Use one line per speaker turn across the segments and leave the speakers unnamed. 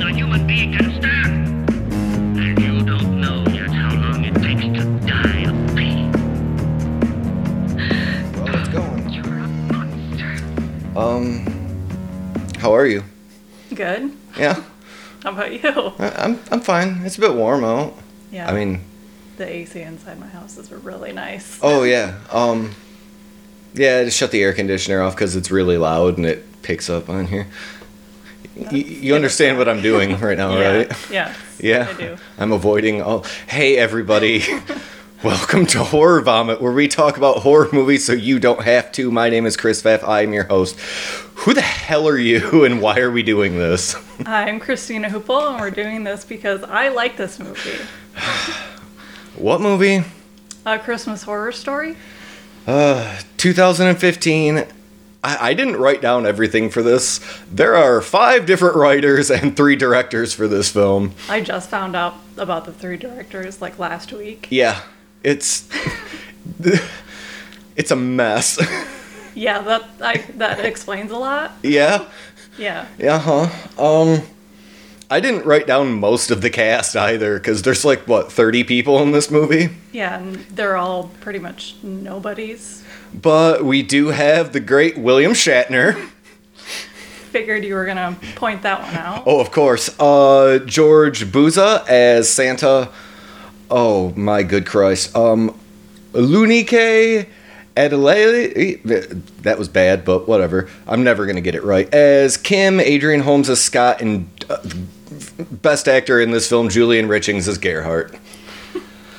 we can start. And you don't know yet how long it takes to die of pain.
Well, it's going.
You're a monster.
Um, how are you?
Good.
Yeah,
How about you?
I- I'm I'm fine. It's a bit warm out.
Yeah.
I mean,
the AC inside my house is really nice.
oh yeah. Um, yeah. I just shut the air conditioner off because it's really loud and it picks up on here. Y- y- you understand what I'm doing right now,
yeah.
right?
Yes,
Yeah.
I do.
am avoiding all. Hey, everybody. Welcome to Horror Vomit, where we talk about horror movies so you don't have to. My name is Chris Pfaff. I am your host. Who the hell are you and why are we doing this?
I'm Christina Hoople, and we're doing this because I like this movie.
What movie?
A Christmas Horror Story?
2015. I, I didn't write down everything for this. There are five different writers and three directors for this film.
I just found out about the three directors like last week.
Yeah, it's it's a mess.
Yeah, that I, that explains a lot.
yeah,
Yeah.
yeah, huh. Um, I didn't write down most of the cast either because there's like what 30 people in this movie.
Yeah, and they're all pretty much nobodies.
But we do have the great William Shatner.
Figured you were going to point that one out.
Oh, of course. Uh, George Buza as Santa. Oh my good Christ. Um, Lunike Adelaide. eh, That was bad, but whatever. I'm never gonna get it right. As Kim, Adrian Holmes as Scott, and uh, best actor in this film, Julian Richings as Gerhardt.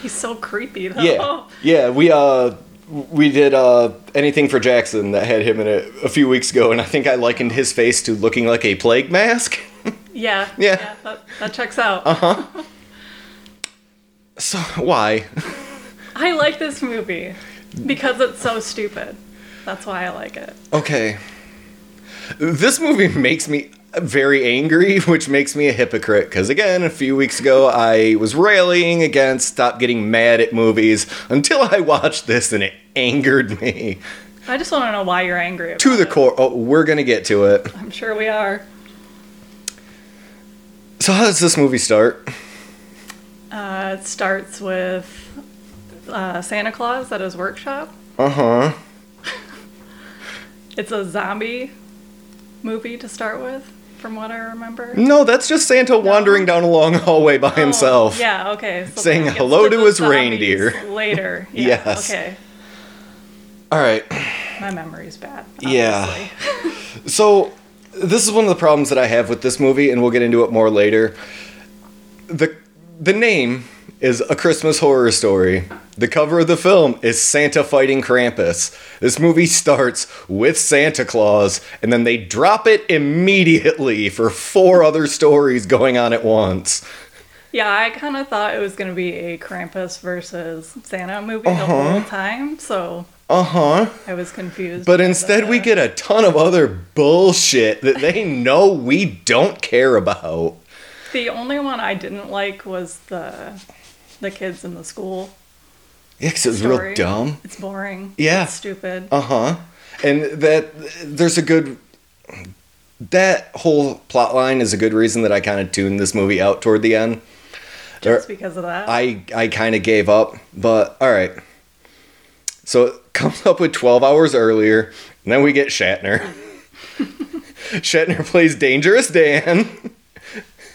He's so creepy, though.
Yeah, yeah. We uh, we did uh, anything for Jackson that had him in it a few weeks ago, and I think I likened his face to looking like a plague mask.
Yeah.
Yeah.
that, that checks out.
So why?
I like this movie because it's so stupid. That's why I like it.
Okay. This movie makes me very angry, which makes me a hypocrite. Because again, a few weeks ago, I was rallying against stop getting mad at movies until I watched this and it angered me
I just want to know why you're angry. About
to the
it.
core. Oh, we're going to get to it.
I'm sure we are.
So, how does this movie start?
Uh, it starts with uh, Santa Claus at his workshop.
Uh huh.
It's a zombie movie to start with, from what I remember.
No, that's just Santa wandering down a long hallway by himself.
Oh, yeah. Okay. So
Saying
that gets
hello to
the
his
zombies
reindeer.
Later. Yeah,
Yes.
Okay.
All right.
My memory's bad.
Yeah.
obviously.
So, this is one of the problems that I have with this movie, and we'll get into it more later. the The name is a Christmas horror story. The cover of the film is Santa fighting Krampus. This movie starts with Santa Claus, and then they drop it immediately for four other stories going on at once.
Yeah, I kind of thought it was going to be a Krampus versus Santa movie
Uh-huh.
the whole time, so
Uh huh.
I was confused.
But instead, we get a ton of other bullshit that they know we don't care about.
the only one I didn't like was the the kids in the school.
Yeah, 'cause it's
Story.
real dumb.
It's boring.
Yeah.
It's stupid.
Uh huh. And that there's a good that whole plot line is a good reason that I kind of tuned this movie out toward the end. There-
just because of that.
I I kind of gave up, but all right. So it comes up with 12 hours earlier, and then we get Shatner. Shatner plays Dangerous Dan.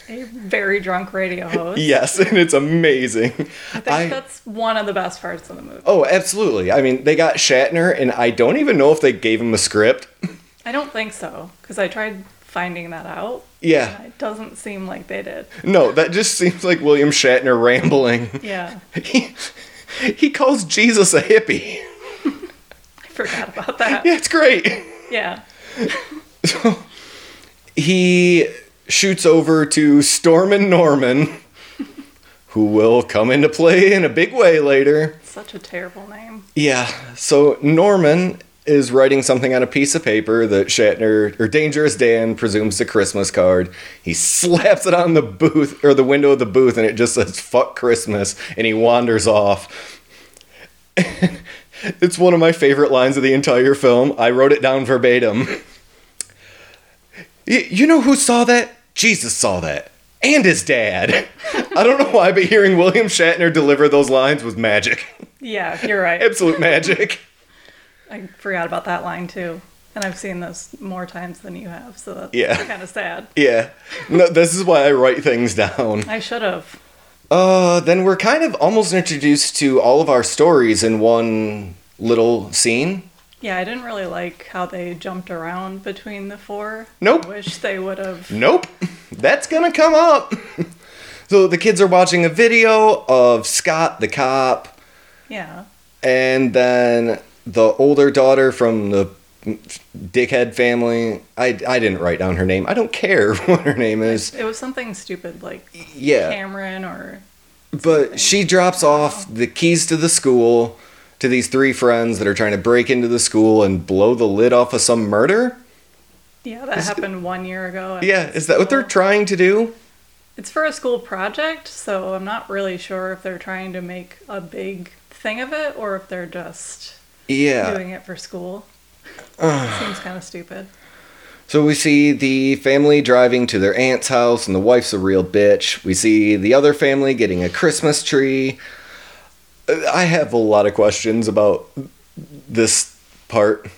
a very drunk radio host.
Yes, and it's amazing.
I think that's one of the best parts of the movie.
oh, absolutely. I mean, they got Shatner, and I don't even know if they gave him a script.
I don't think so, because I tried finding that out.
Yeah.
It doesn't seem like they did.
No, that just seems like William Shatner rambling.
Yeah.
He, he calls Jesus a hippie.
I forgot about that.
Yeah, it's great.
yeah.
He shoots over to Storm and Norman, who will come into play in a big way later.
Such a terrible name.
Yeah, so Norman is writing something on a piece of paper that Shatner or Dangerous Dan presumes a Christmas card. He slaps it on the booth or the window of the booth and it just says fuck Christmas and he wanders off. it's one of my favorite lines of the entire film. I wrote it down verbatim. Y- you know who saw that? Jesus saw that. and his dad. I don't know why, but hearing William Shatner deliver those lines was magic.
Yeah, you're right.
Absolute magic.
I forgot about that line too. And I've seen this more times than you have, so that's
Yeah.
kind of sad.
Yeah. No, this is why I write things down.
I should have.
Uh, then we're kind of almost introduced to all of our stories in one little scene.
Yeah, I didn't really like how they jumped around between the four.
Nope.
I wish they would have.
Nope. That's gonna come up. so the kids are watching a video of Scott the cop
Yeah.
and then the older daughter from the dickhead family i, I didn't write down her name i don't care what her name is
It was something stupid like
yeah
Cameron or
but she drops off the keys to the school to these three friends that are trying to break into the school and blow the lid off of some murder
yeah, that happened one year ago. at
yeah is that what they're
school.
trying to do
It's for a school project, so I'm not really sure if they're trying to make a big thing of it or if they're just
yeah
doing it for school. Seems kind of stupid.
so we see the family driving to their aunt's house and the wife's a real bitch we see the other family getting a christmas tree I have a lot of questions about this part.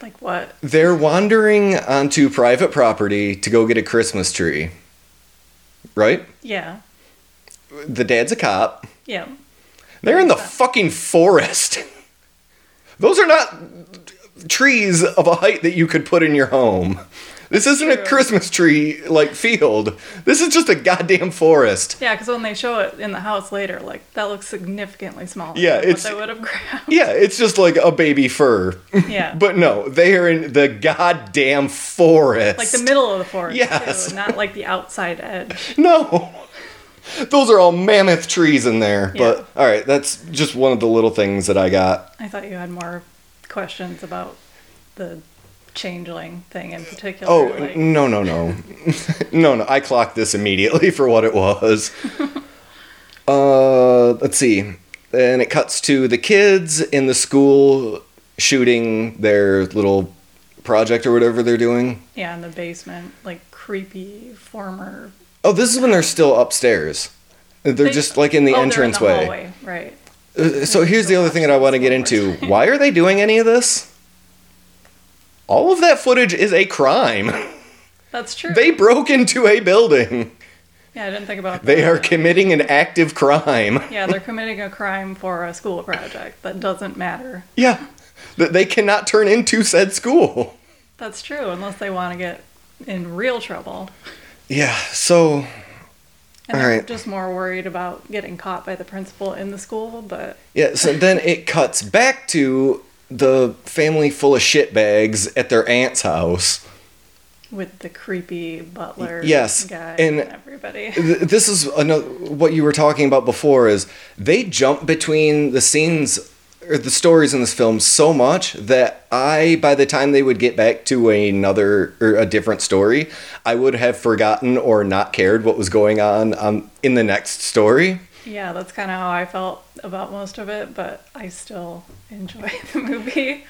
Like what?
They're wandering onto private property to go get a Christmas tree. Right?
Yeah.
The dad's a cop.
Yeah.
They're in the fucking forest. Those are not trees of a height that you could put in your home. This isn't a
True.
Christmas tree like field. This is just a goddamn forest.
Yeah, because when they show it in the house later, like that looks significantly smaller.
Yeah,
than
it's-
what they would have grabbed.
Yeah, it's just like a baby fir.
Yeah,
But no, they are in the goddamn forest.
like the middle of the forest,
Yes.
too, not like the outside edge.
No. Those are all mammoth trees in there. But all right, that's just one of the little things that I got.
I thought you had more questions about the changeling thing in particular.
Oh,
like,
n- no, no, no. no, no. I clocked this immediately for what it was. uh, let's see. And it cuts to the kids in the school shooting their little project or whatever they're doing.
yeah, in the basement, like creepy former.
Oh, this is when they're still upstairs. They're
They-
just like in the
oh, they're
entranceway.
hallway, right?
Uh, so here's the other thing that I want to get into. Why are they doing any of this? All of that footage is a crime.
That's true.
They broke into a building.
yeah, I didn't think about.
They
that.
are committing an active crime.
Yeah, they're committing a crime for a school project that doesn't matter.
Yeah. That they cannot turn into said school.
That's true, unless they want to get in real trouble.
Yeah, so
And
All
I'm
right.
just more worried about getting caught by the principal in the school, but
yeah, so then it cuts back to the family full of shitbags at their aunt's house.
with the creepy butler
yes,
guy
and-
and, everybody.
Th- this is another what you were talking about before is they jump between the scenes or the stories in this film so much that I by the time they would get back to another or a different story, I would have forgotten or not cared what was going on um, in the next story.
Yeah, that's kind of how I felt about most of it, but I still enjoy the movie.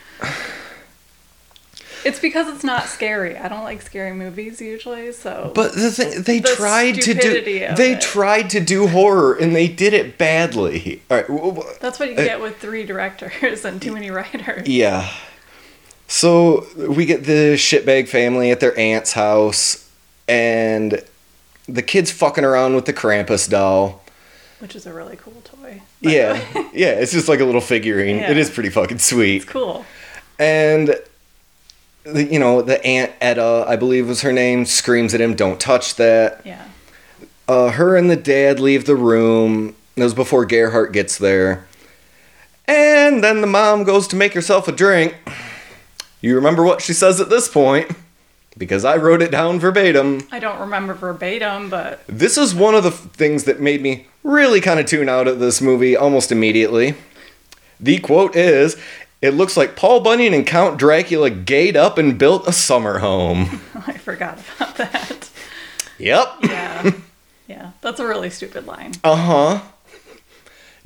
It's because it's not scary. I don't like scary movies usually, so
But the thing they
The
tried to
stupidity
do
of
they
it.
tried to do horror and they did it badly. All right, w- w-
that's what you get with three directors and too many writers.
Yeah. So we get the shitbag family at their aunt's house, and the kid's fucking around with the Krampus doll.
which is a really cool toy. by the
Yeah.
way.
yeah, it's just like a little figurine.
Yeah.
It is pretty fucking sweet.
it's cool.
And, the, you know, the aunt Etta, I believe was her name, screams at him, don't touch that.
Yeah,
Uh, her and the dad leave the room. It was before Gerhardt gets there. And then the mom goes to make herself a drink. You remember what she says at this point? Because I wrote it down verbatim.
I don't remember verbatim, but
This is one of the f- things that made me really kind of tune out of this movie almost immediately. The quote is It looks like Paul Bunyan and Count Dracula gayed up and built a summer home.
I forgot about that.
Yep.
Yeah, yeah, that's a really stupid line.
Uh huh.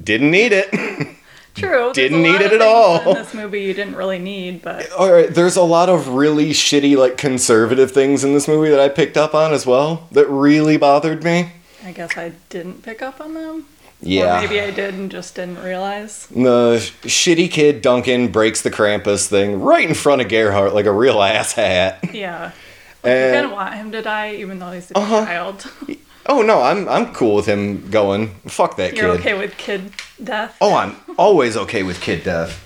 Didn't need Uh-huh. it.
True. there's
Didn't
a
need
lot
it
of
at
things
all.
In this movie, you didn't really need, but
All right, there's a lot of really shitty, like conservative things in this movie that I picked up on as well that really bothered me.
I guess I didn't pick up on them.
Yeah.
Or maybe I did and just didn't realize.
The shitty kid Duncan breaks the Krampus thing right in front of Gerhardt like a real ass hat.
Yeah. you kind
And,
of want him to die, even though he's a
Uh-huh.
child.
oh no, I'm I'm cool with him going. Fuck that
You're
kid.
okay with kid death.
Oh, I'm always okay with kid death.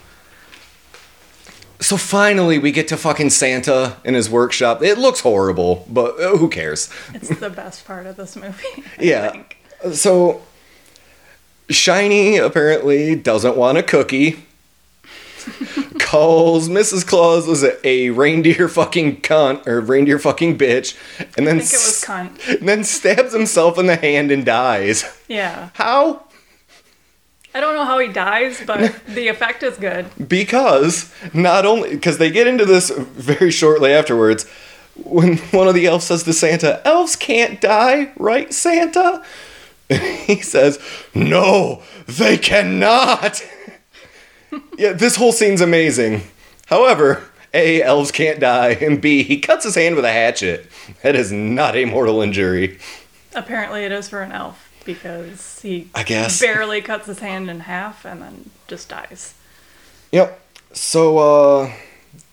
So finally, we get to fucking Santa in his workshop. It looks horrible, but uh, who cares?
It's the best part of this movie. I
Yeah.
think.
So, Shiny apparently doesn't want a cookie. calls Mrs. Claus was a, a reindeer fucking cunt or reindeer fucking bitch, and then
I think it was
s-
cunt.
and then stabs himself in the hand and dies.
Yeah.
How?
I don't know how he dies, but the effect is good.
Because not only because they get into this very shortly afterwards, when one of the elves says to Santa, "Elves can't die, right, Santa?" he says, "No, they cannot." yeah, this whole scene's amazing. However, a elves can't die, and b he cuts his hand with a hatchet. That is not a mortal injury.
Apparently, it is for an elf because he
I guess.
barely cuts his hand in half and then just dies.
Yep. So uh,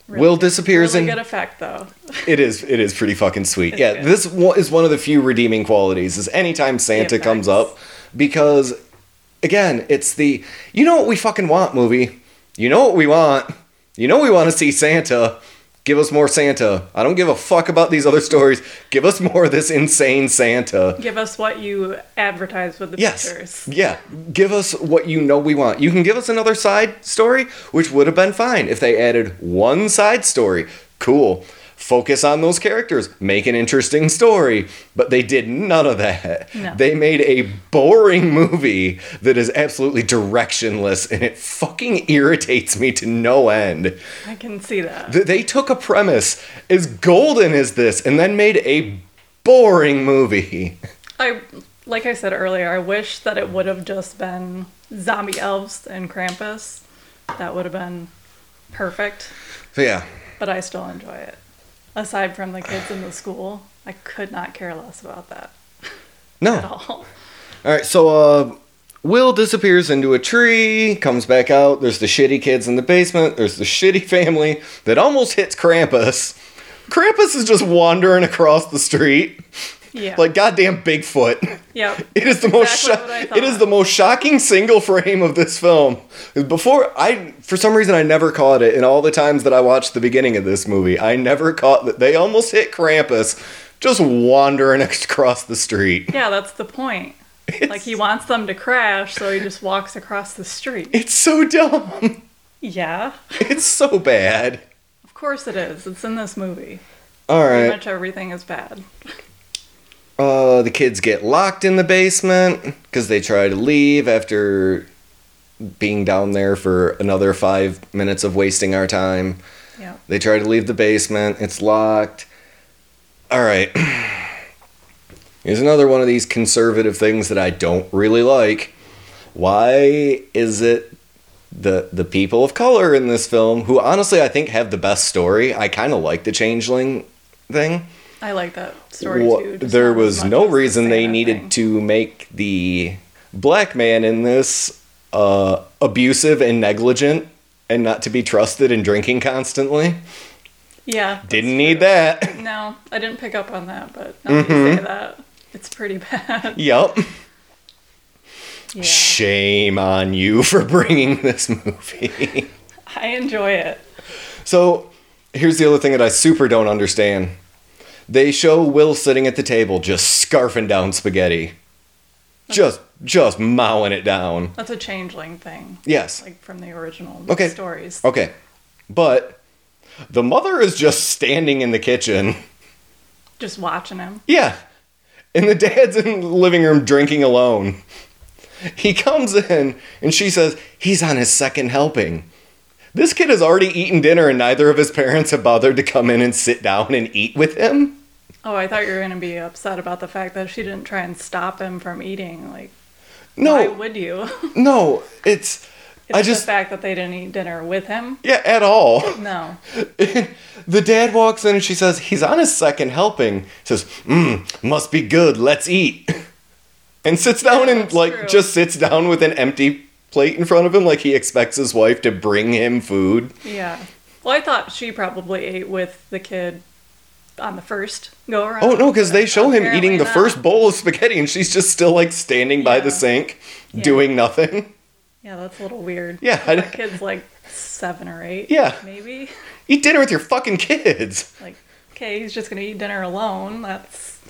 Will disappears
really
and-
good effect though.
It is. It is pretty fucking sweet. yeah,
good.
this wa- is one of the few redeeming qualities. Is anytime Santa
effects.
comes up, because again, it's the you know what we fucking want movie. You know what we want. You know we want to see Santa. Give us more Santa. I don't give a fuck about these other stories. Give us more of this insane Santa.
Give us what you advertise with the
Yes.
pictures.
Yeah. Give us what you know we want. You can give us another side story, which would have been fine if they added one side story. Cool. Focus on those characters. Make an interesting story. But they did none of that.
No.
They made a boring movie that is absolutely directionless and it fucking irritates me to no end.
I can see that.
Th- They took a premise as golden as this and then made a boring movie.
I like I said earlier, I wish that it would have just been zombie elves and Krampus. That would have been perfect,
So, yeah.
but I still enjoy it. Aside from the kids in the school, I could not care less about that
No.
at all.
All right, so uh, Will disappears into a tree, comes back out. There's the shitty kids in the basement. There's the shitty family that almost hits Krampus. Krampus is just wandering across the street
Yeah.
like goddamn Bigfoot.
yep.
It is the most
Exactly what I
sho-
thought.
it is the most shocking single frame of this film. Before I for some reason I never caught it in all the times that I watched the beginning of this movie. I never caught that they almost hit Krampus just wandering across the street.
Yeah, that's the point. Like he wants them to crash, so he just walks across the street.
It's so dumb.
Yeah.
It's so bad.
Of course it is. It's in this movie.
All
Pretty
right.
much everything is bad.
Uh, the kids get locked in the basement because they try to leave after being down there for another five minutes of wasting our time.
Yeah.
They try to leave the basement. It's locked. All right. Here's another one of these conservative things that I don't really like. Why is it the the people of color in this film, who honestly I think have the best story? I kind of like the changeling thing.
I like that story
Wha-
too. just
There
not as
was
much
no
as the
reason they
Santa
needed
thing.
to make the black man in this uh, abusive and negligent and not to be trusted and drinking constantly.
Yeah.
Didn't need that.
No, I didn't pick up on that, but now that
Mm-hmm.
you say that, it's pretty bad.
Yup.
yeah.
Shame on you for bringing this movie.
I enjoy it.
so, here's the other thing that I super don't understand. They show Will sitting at the table just scarfing down spaghetti. Just just mowing it down.
That's a changeling thing,
Yes.
like from the original
Okay.
stories.
Okay. But the mother is just standing in the kitchen.
Just watching him.
Yeah. And the dad's in the living room drinking alone. He comes in and she says, he's on his second helping. This kid has already eaten dinner and neither of his parents have bothered to come in and sit down and eat with him.
Oh, I thought you were going to be upset about the fact that she didn't try and stop him from eating. Like, why
No,
would you?
no, it's
It's
I just-
the fact that they didn't eat dinner with him.
Yeah, at all.
No.
the dad walks in and she says, He's on his second helping. Says, Mmm, must be good. Let's eat. And sits down and,
that's
like,
true.
just sits down with an empty plate in front of him, like he expects his wife to bring him food.
Yeah. Well, I thought she probably ate with the kid on the first go around.
Oh, no, because they show him
Apparently
eating the
not.
first bowl of spaghetti and she's just still, like, standing by the
Yeah.
sink,
Yeah.
doing nothing.
Yeah, that's a little weird.
Yeah, I-
The kid's like seven or eight.
Yeah.
Maybe.
Eat dinner with your fucking kids.
Like, okay, he's just gonna eat dinner alone. That's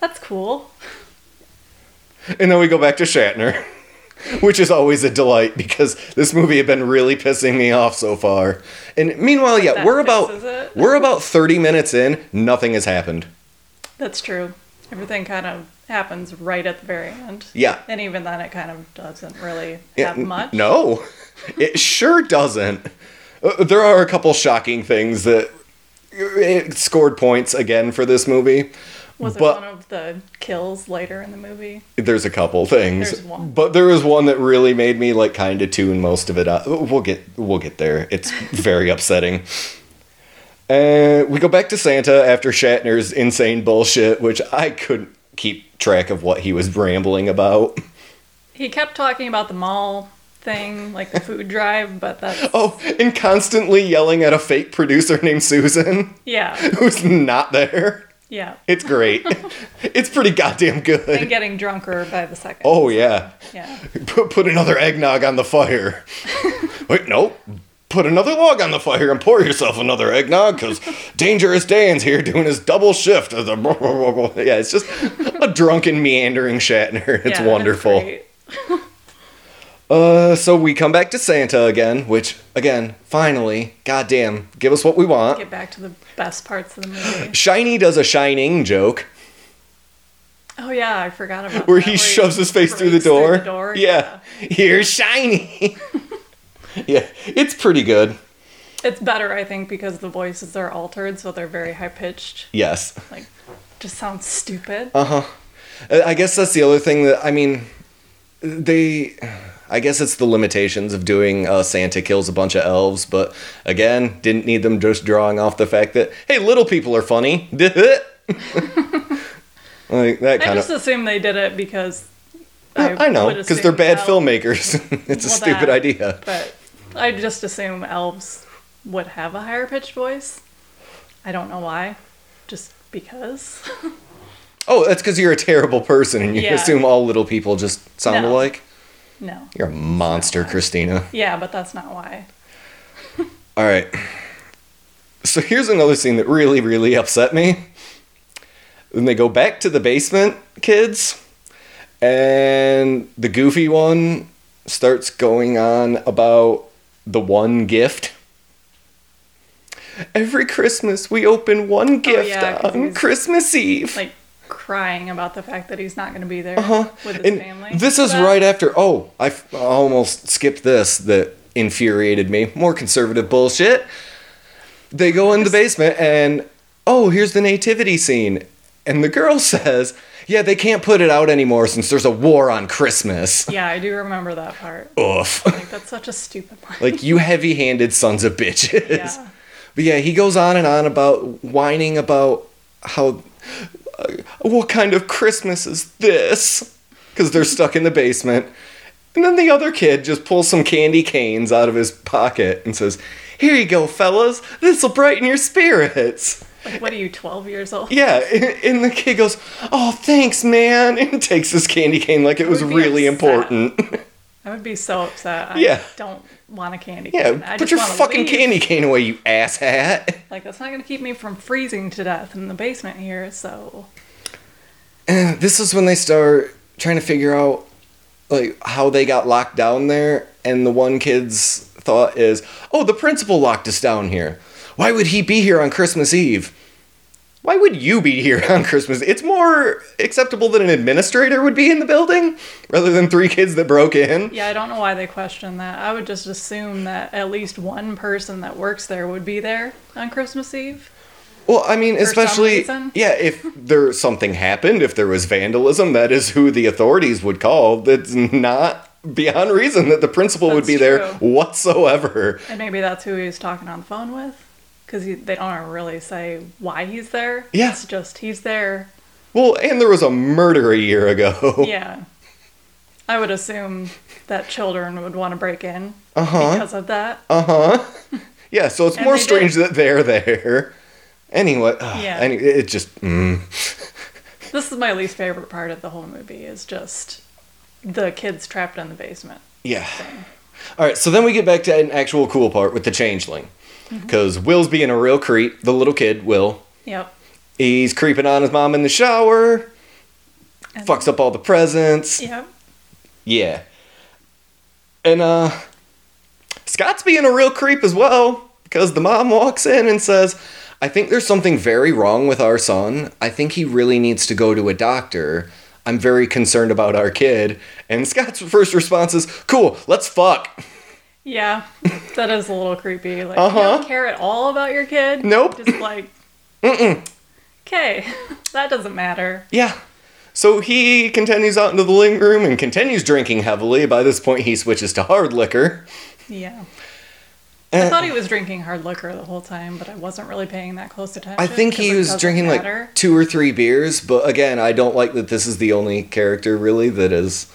that's cool.
And then we go back to Shatner, which is always a delight because this movie had been really pissing me off so far. And meanwhile, yeah,
That
we're about
fixes it.
we're about 30 minutes in, nothing has happened.
That's true. Everything kind of happens right at the very end.
Yeah.
And even then, it kind of doesn't really
Yeah,
have
n-
much.
No. It sure doesn't. Uh, There are a couple shocking things that it scored points again for this movie.
Was it
but-
one of the kills later in the movie?
There's a couple things,
There's one.
but there was one that really made me like kind of tune most of it out. We'll get we'll get there. It's very upsetting. Uh, we go back to Santa after Shatner's insane bullshit, which I couldn't keep track of what he was rambling about.
He kept talking about the mall thing, like the food drive, but that's
Oh, and constantly yelling at a fake producer named Susan
yeah,
who's not there.
yeah.
It's great. it's pretty goddamn
And
good.
getting drunker by the second.
Oh yeah.
Yeah.
Put, put another eggnog on the fire. Wait, nope. Put another log on the fire and pour yourself another eggnog because Dangerous Dan's here doing his double shift. Of the yeah, it's just a drunken, meandering Shatner. It's
Yeah,
wonderful.
great.
Uh, so we come back to Santa again, which, again, finally, goddamn, give us what we want.
Get back to the best parts of the movie.
Shiny does a shining joke
Oh yeah, I forgot about that,
where he shoves his face through the
breaks
door.
yeah.
yeah. Here's Shiny. yeah, it's pretty good.
It's better, I think, because the voices are altered, so they're very high pitched.
Yes.
Like, just sounds stupid.
Uh, I guess that's the other thing that I mean. They, I guess it's the limitations of doing uh, Santa kills a bunch of elves, but again, didn't need them just drawing off the fact that hey, little people are funny. like that
I
kind
just
of.
assume they did it because
I know
would
because they're
assume
bad
elves-
filmmakers. it's a
well,
stupid
that,
idea.
But I just assume elves would have a higher pitched voice. I don't know why, just because.
Oh, that's because you're a terrible person and you
Yeah.
assume all little people just sound
No.
alike.
no.
You're a monster, Christina.
Yeah, but that's not why.
All right. So here's another scene that really, really upset me. Then they go back to the basement, kids, and the goofy one starts going on about the one gift. Every Christmas, we open one gift
Oh, yeah, 'cause
on
he's-
Christmas Eve.
Like crying about the fact that he's not going to be there with his
Uh-huh. And
family.
This is
But-
right after. Oh, I f- I almost skipped this that infuriated me. More conservative bullshit. They go in the basement and oh, here's the nativity scene, and the girl says, "Yeah, they can't put it out anymore since there's a war on Christmas."
Yeah, I do remember that part.
Oof.
Like, that's such a stupid line.
like you heavy-handed sons of bitches.
Yeah.
But yeah, he goes on and on about whining about how uh, what kind of Christmas is this? Because they're stuck in the basement. And then the other kid just pulls some candy canes out of his pocket and says, "Here you go, fellas. This will brighten your spirits."
Like, what are you, 12 years old?
Yeah, and and the kid goes, "Oh, thanks, man," and takes this candy cane like it was
would be
really
upset.
important.
I would be so upset. I
Yeah.
don't want a candy
Yeah,
cane. I
put
just
your
wanna
fucking
leave.
candy cane away, you asshat.
Like, that's not going to keep me from freezing to death in the basement here, so.
this is when they start trying to figure out like how they got locked down there and the one kid's thought is oh the principal locked us down here why would he be here on christmas eve why would you be here on christmas it's more acceptable that an administrator would be in the building rather than three kids that broke in
Yeah, I don't know why they question that. I would just assume that at least one person that works there would be there on Christmas Eve.
Well, I mean,
some
especially
reason.
yeah, if there something happened, if there was vandalism, that is who the authorities would call. That's not beyond reason that the principal would
That's
be there
true.
whatsoever.
And maybe that's who he was talking on the phone with. Because they don't really say why he's there.
Yeah.
It's just he's there.
Well, and there was a murder a year ago.
Yeah. I would assume that children would want to break in
Uh-huh.
because of that.
Uh. Yeah, so it's
And
more
they
strange
did.
that they're there. Anyway, ugh,
Yeah.
any- it just mm.
This is my least favorite part of the whole movie is just the kids trapped in the basement.
yeah. All right, so then we get back to an actual cool part with the changeling,
Mm-hmm.
because Will's being a real creep. The little kid, Will,
Yep.
he's creeping on his mom in the shower,
And-
fucks up all the presents.
Yep.
Yeah. And uh Scott's being a real creep as well because the mom walks in and says, "I think there's something very wrong with our son. I think he really needs to go to a doctor. I'm very concerned about our kid." And Scott's first response is, "Cool, let's fuck."
Yeah. That is a little creepy. Like,
Uh-huh.
you don't care at all about your kid.
Nope.
Just like, okay, that doesn't matter.
Yeah. So he continues out into the living room and continues drinking heavily. By this point, he switches to hard liquor.
Yeah.
Eh.
I thought he was drinking hard liquor the whole time, but I wasn't really paying that close attention.
I think
'cause
he
it
was
doesn't
drinking
matter.
like two or three beers, but again, I don't like that this is the only character really that is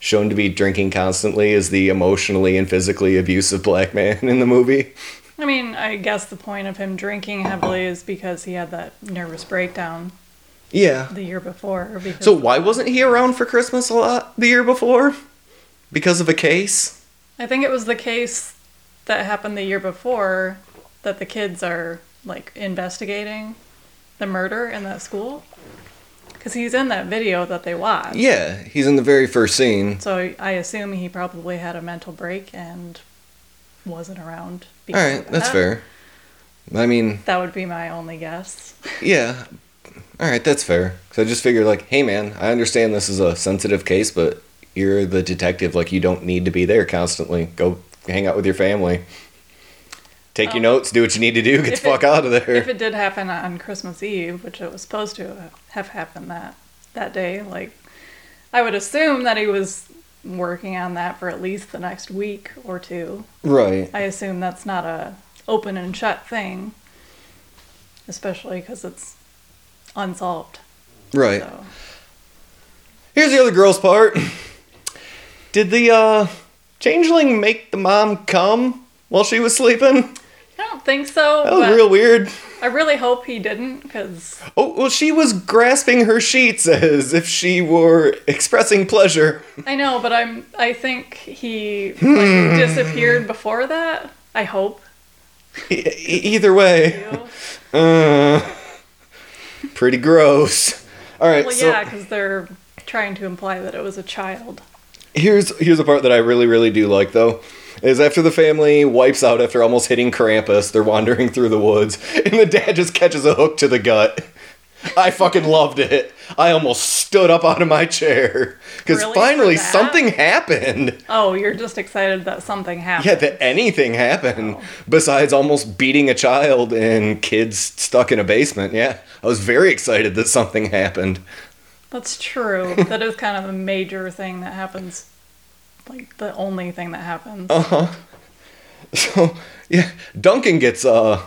shown to be drinking constantly is the emotionally and physically abusive black man in the movie.
I mean, I guess the point of him drinking heavily is because he had that nervous breakdown
Yeah.
the year before. Because
So why wasn't he around for Christmas a lot the year before? Because of a case?
I think it was the case that happened the year before that the kids are like investigating the murder in that school because he's in that video that they watched.
Yeah, he's in the very first scene.
So I assume he probably had a mental break and wasn't around.
All
because
right,
of
that's
that.
fair. I mean,
That would be my only guess.
yeah. All right, that's fair. Cuz I just figured like, hey man, I understand this is a sensitive case, but you're the detective like you don't need to be there constantly. Go hang out with your family. Take your notes, do what you need to do, get the
if
fuck
it-
out of there.
If it did happen on Christmas Eve, which it was supposed to have happened that that day, like I would assume that he was working on that for at least the next week or two.
right.
I assume that's not a open and shut thing, especially because it's unsolved.
Right.
So
Here's the other girl's part. Did the uh changeling make the mom come while she was sleeping?
I don't think so.
That was
but
real weird.
I really hope he didn't, because
Oh, well, she was grasping her sheets as if she were expressing pleasure.
I know, but I'm. I think he like, disappeared before that. I hope.
E- e- either way.
You know?
Uh, pretty gross. All right,
Well,
so
yeah, because they're trying to imply that it was a child.
here's here's a part that I really really do like though. Is after the family wipes out after almost hitting Krampus, they're wandering through the woods, and the dad just catches a hook to the gut. I fucking loved it. I almost stood up out of my chair because
Really? For
finally
that?
something happened.
Oh, you're just excited that something
Yeah,
happened.
that anything happened besides almost beating a child and kids stuck in a basement. Yeah, I was very excited that something happened.
That's true. that is kind of a major thing that happens. Like the only thing that happens.
Oh. So yeah, Duncan gets uh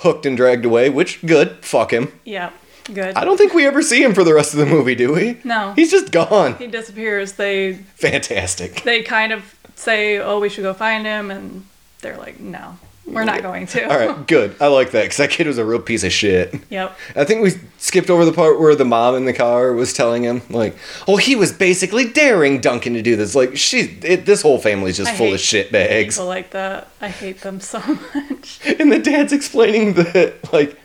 hooked and dragged away, which good, fuck him.
Yeah, good.
I don't think we ever see him for the rest of the movie, do we?
No.
He's just gone.
he disappears. They
Fantastic.
they kind of say, "Oh, we should go find him," and they're like, "No, we're not going to."
All right, good. I like that cuz that kid was a real piece of shit.
Yep.
I think we skipped over the part where the mom in the car was telling him like, "Oh, he was basically daring Duncan to do this." Like she it, this whole family's just
I
full
hate
of shit bags.
People like that. I hate them so much.
And the dad's explaining that, like,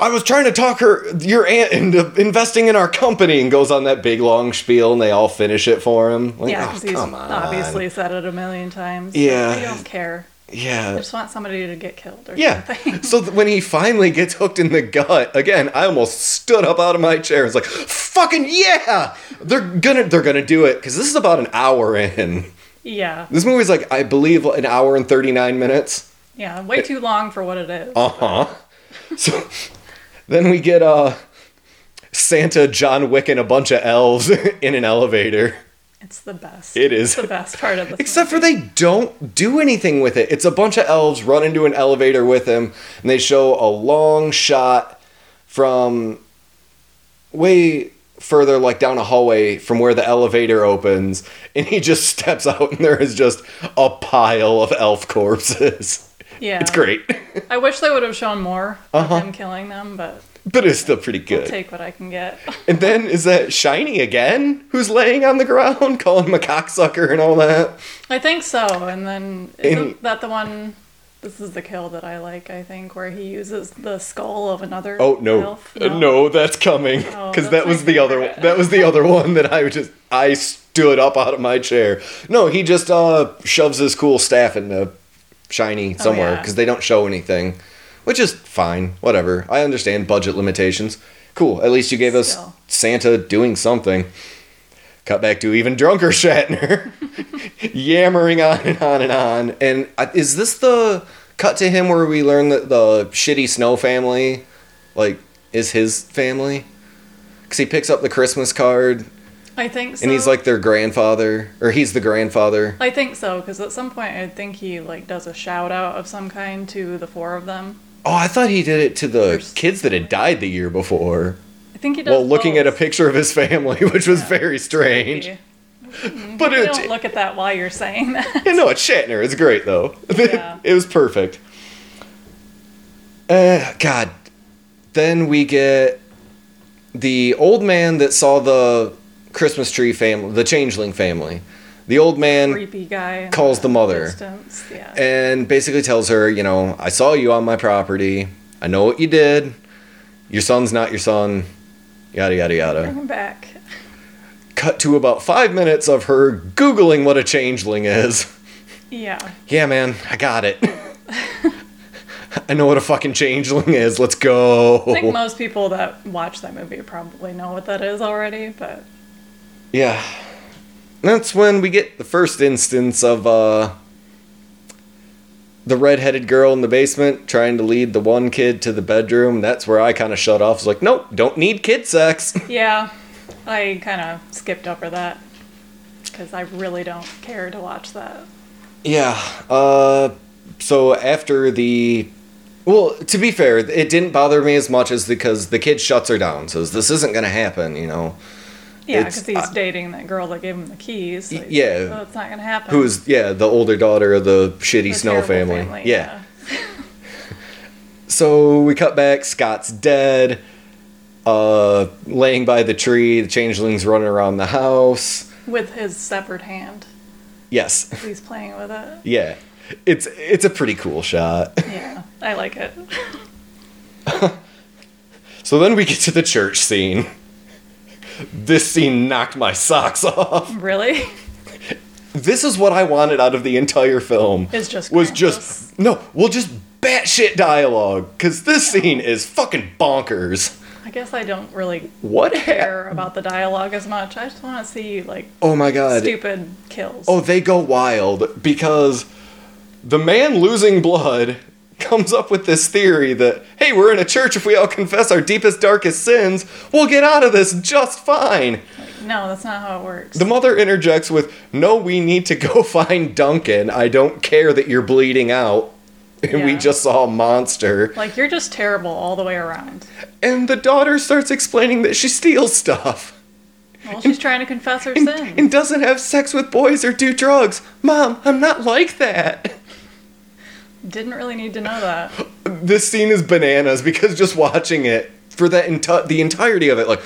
I was trying to talk her, your aunt, into investing in our company, and goes on that big long spiel, and they all finish it for him. Like,
Yeah,
oh,
because he's
come on.
obviously said it a million times.
Yeah.
I don't care. I
Yeah.
just want somebody to get killed or
Yeah.
something.
so th- when he finally gets hooked in the gut, again, I almost stood up out of my chair. It's like, fucking yeah! They're gonna, they're gonna do it, because this is about an hour in.
Yeah.
This movie's like, I believe, an hour and 39 minutes.
Yeah. Way too long for what it is.
Uh huh. So then we get uh Santa, John Wick, and a bunch of elves in an elevator.
It's the best.
It is.
It's the best part of the
Except for
movie.
they don't do anything with it. It's a bunch of elves run into an elevator with him, and they show a long shot from way further, like down a hallway from where the elevator opens, and he just steps out, and there is just a pile of elf corpses.
Yeah.
It's great,
I wish they would have shown more
Uh-huh.
of him killing them, but
but it's still pretty good.
take what I can get.
And then is that Shiny again, who's laying on the ground, calling him a cocksucker and all that?
I think so. And then
Any-
isn't that the one? This is the kill that I like. I think where he uses the skull of another.
Oh no,
elf.
Uh, no, that's coming
Oh,
because
that's
that
my
was the other
favorite.
that was the other one that I just I stood up out of my chair. No, he just uh shoves his cool staff into shiny somewhere
Oh, yeah.
because they don't show anything, which is fine. Whatever, I understand budget limitations. Cool, at least you gave us
Still.
Santa doing something. Cut back to even drunker Shatner, yammering on and on and on. And I- is this the cut to him where we learn that the shitty Snow family, like, is his family? Because he picks up the Christmas card
I think so.
and he's like their grandfather, or he's the grandfather.
I think so because at some point I think he like does a shout out of some kind to the four of them.
Oh, I thought he did it to the
There's-
kids that had died the year before
I think he does.
while looking at a
both.
picture of his family, which was very strange. But
You
it,
don't look at that while you're saying that.
Yeah, no, it's Shatner. It's great though.
Yeah.
it was perfect. Uh, God. Then we get the old man that saw the Christmas tree family, the changeling family. The old man
Creepy guy in
calls the mother
Distance. Yeah.
and basically tells her, you know, I saw you on my property. I know what you did. Your son's not your son. Yada yada yada.
Bring him back.
Cut to about five minutes of her googling what a changeling is.
Yeah.
Yeah, man, I got it. I know what a fucking changeling is. Let's go.
I think most people that watch that movie probably know what that is already, but
yeah. That's when we get the first instance of uh the redheaded girl in the basement trying to lead the one kid to the bedroom. That's where I kind of shut off. It's like, nope, don't need kid sex.
yeah, I kind of skipped over that because I really don't care to watch that.
Yeah. Uh, so after the, well, to be fair, it didn't bother me as much as because the kid shuts her down. Says this isn't gonna happen. You know.
Yeah,
It's-
because he's
I-
dating that girl that gave him the keys. So
Y-
he's
yeah.
like, well, it's not gonna happen.
Who is yeah the older daughter of the shitty
The
Snow
terrible
family. yeah. So we cut back. Scott's dead, uh, laying by the tree. The changelings running around the house.
with his severed hand.
Yes,
He's playing with it.
yeah, it's it's a pretty cool shot.
Yeah, I like it.
So then we get to the church scene. This scene knocked my socks off.
Really,
This is what I wanted out of the entire film.
It's just
was
Krampus.
just no, we'll just batshit dialogue because this scene is fucking bonkers.
I guess I don't really
What happened?
care about the dialogue as much. I just want to see like
Oh my god!
stupid kills.
Oh, they go wild because the man losing blood comes up with this theory that, hey, we're in a church. If we all confess our deepest, darkest sins, we'll get out of this just fine.
No, that's not how it works.
The mother interjects with, no, we need to go find Duncan. I don't care that you're bleeding out. And we
Yeah.
just saw a monster.
Like you're just terrible all the way around.
And the daughter starts explaining that she steals stuff.
Well, she's trying to confess her
and,
sin.
and doesn't have sex with boys or do drugs. Mom, I'm not like that.
Didn't really need to know that.
this scene is bananas because just watching it for that enti- the entirety of it, like,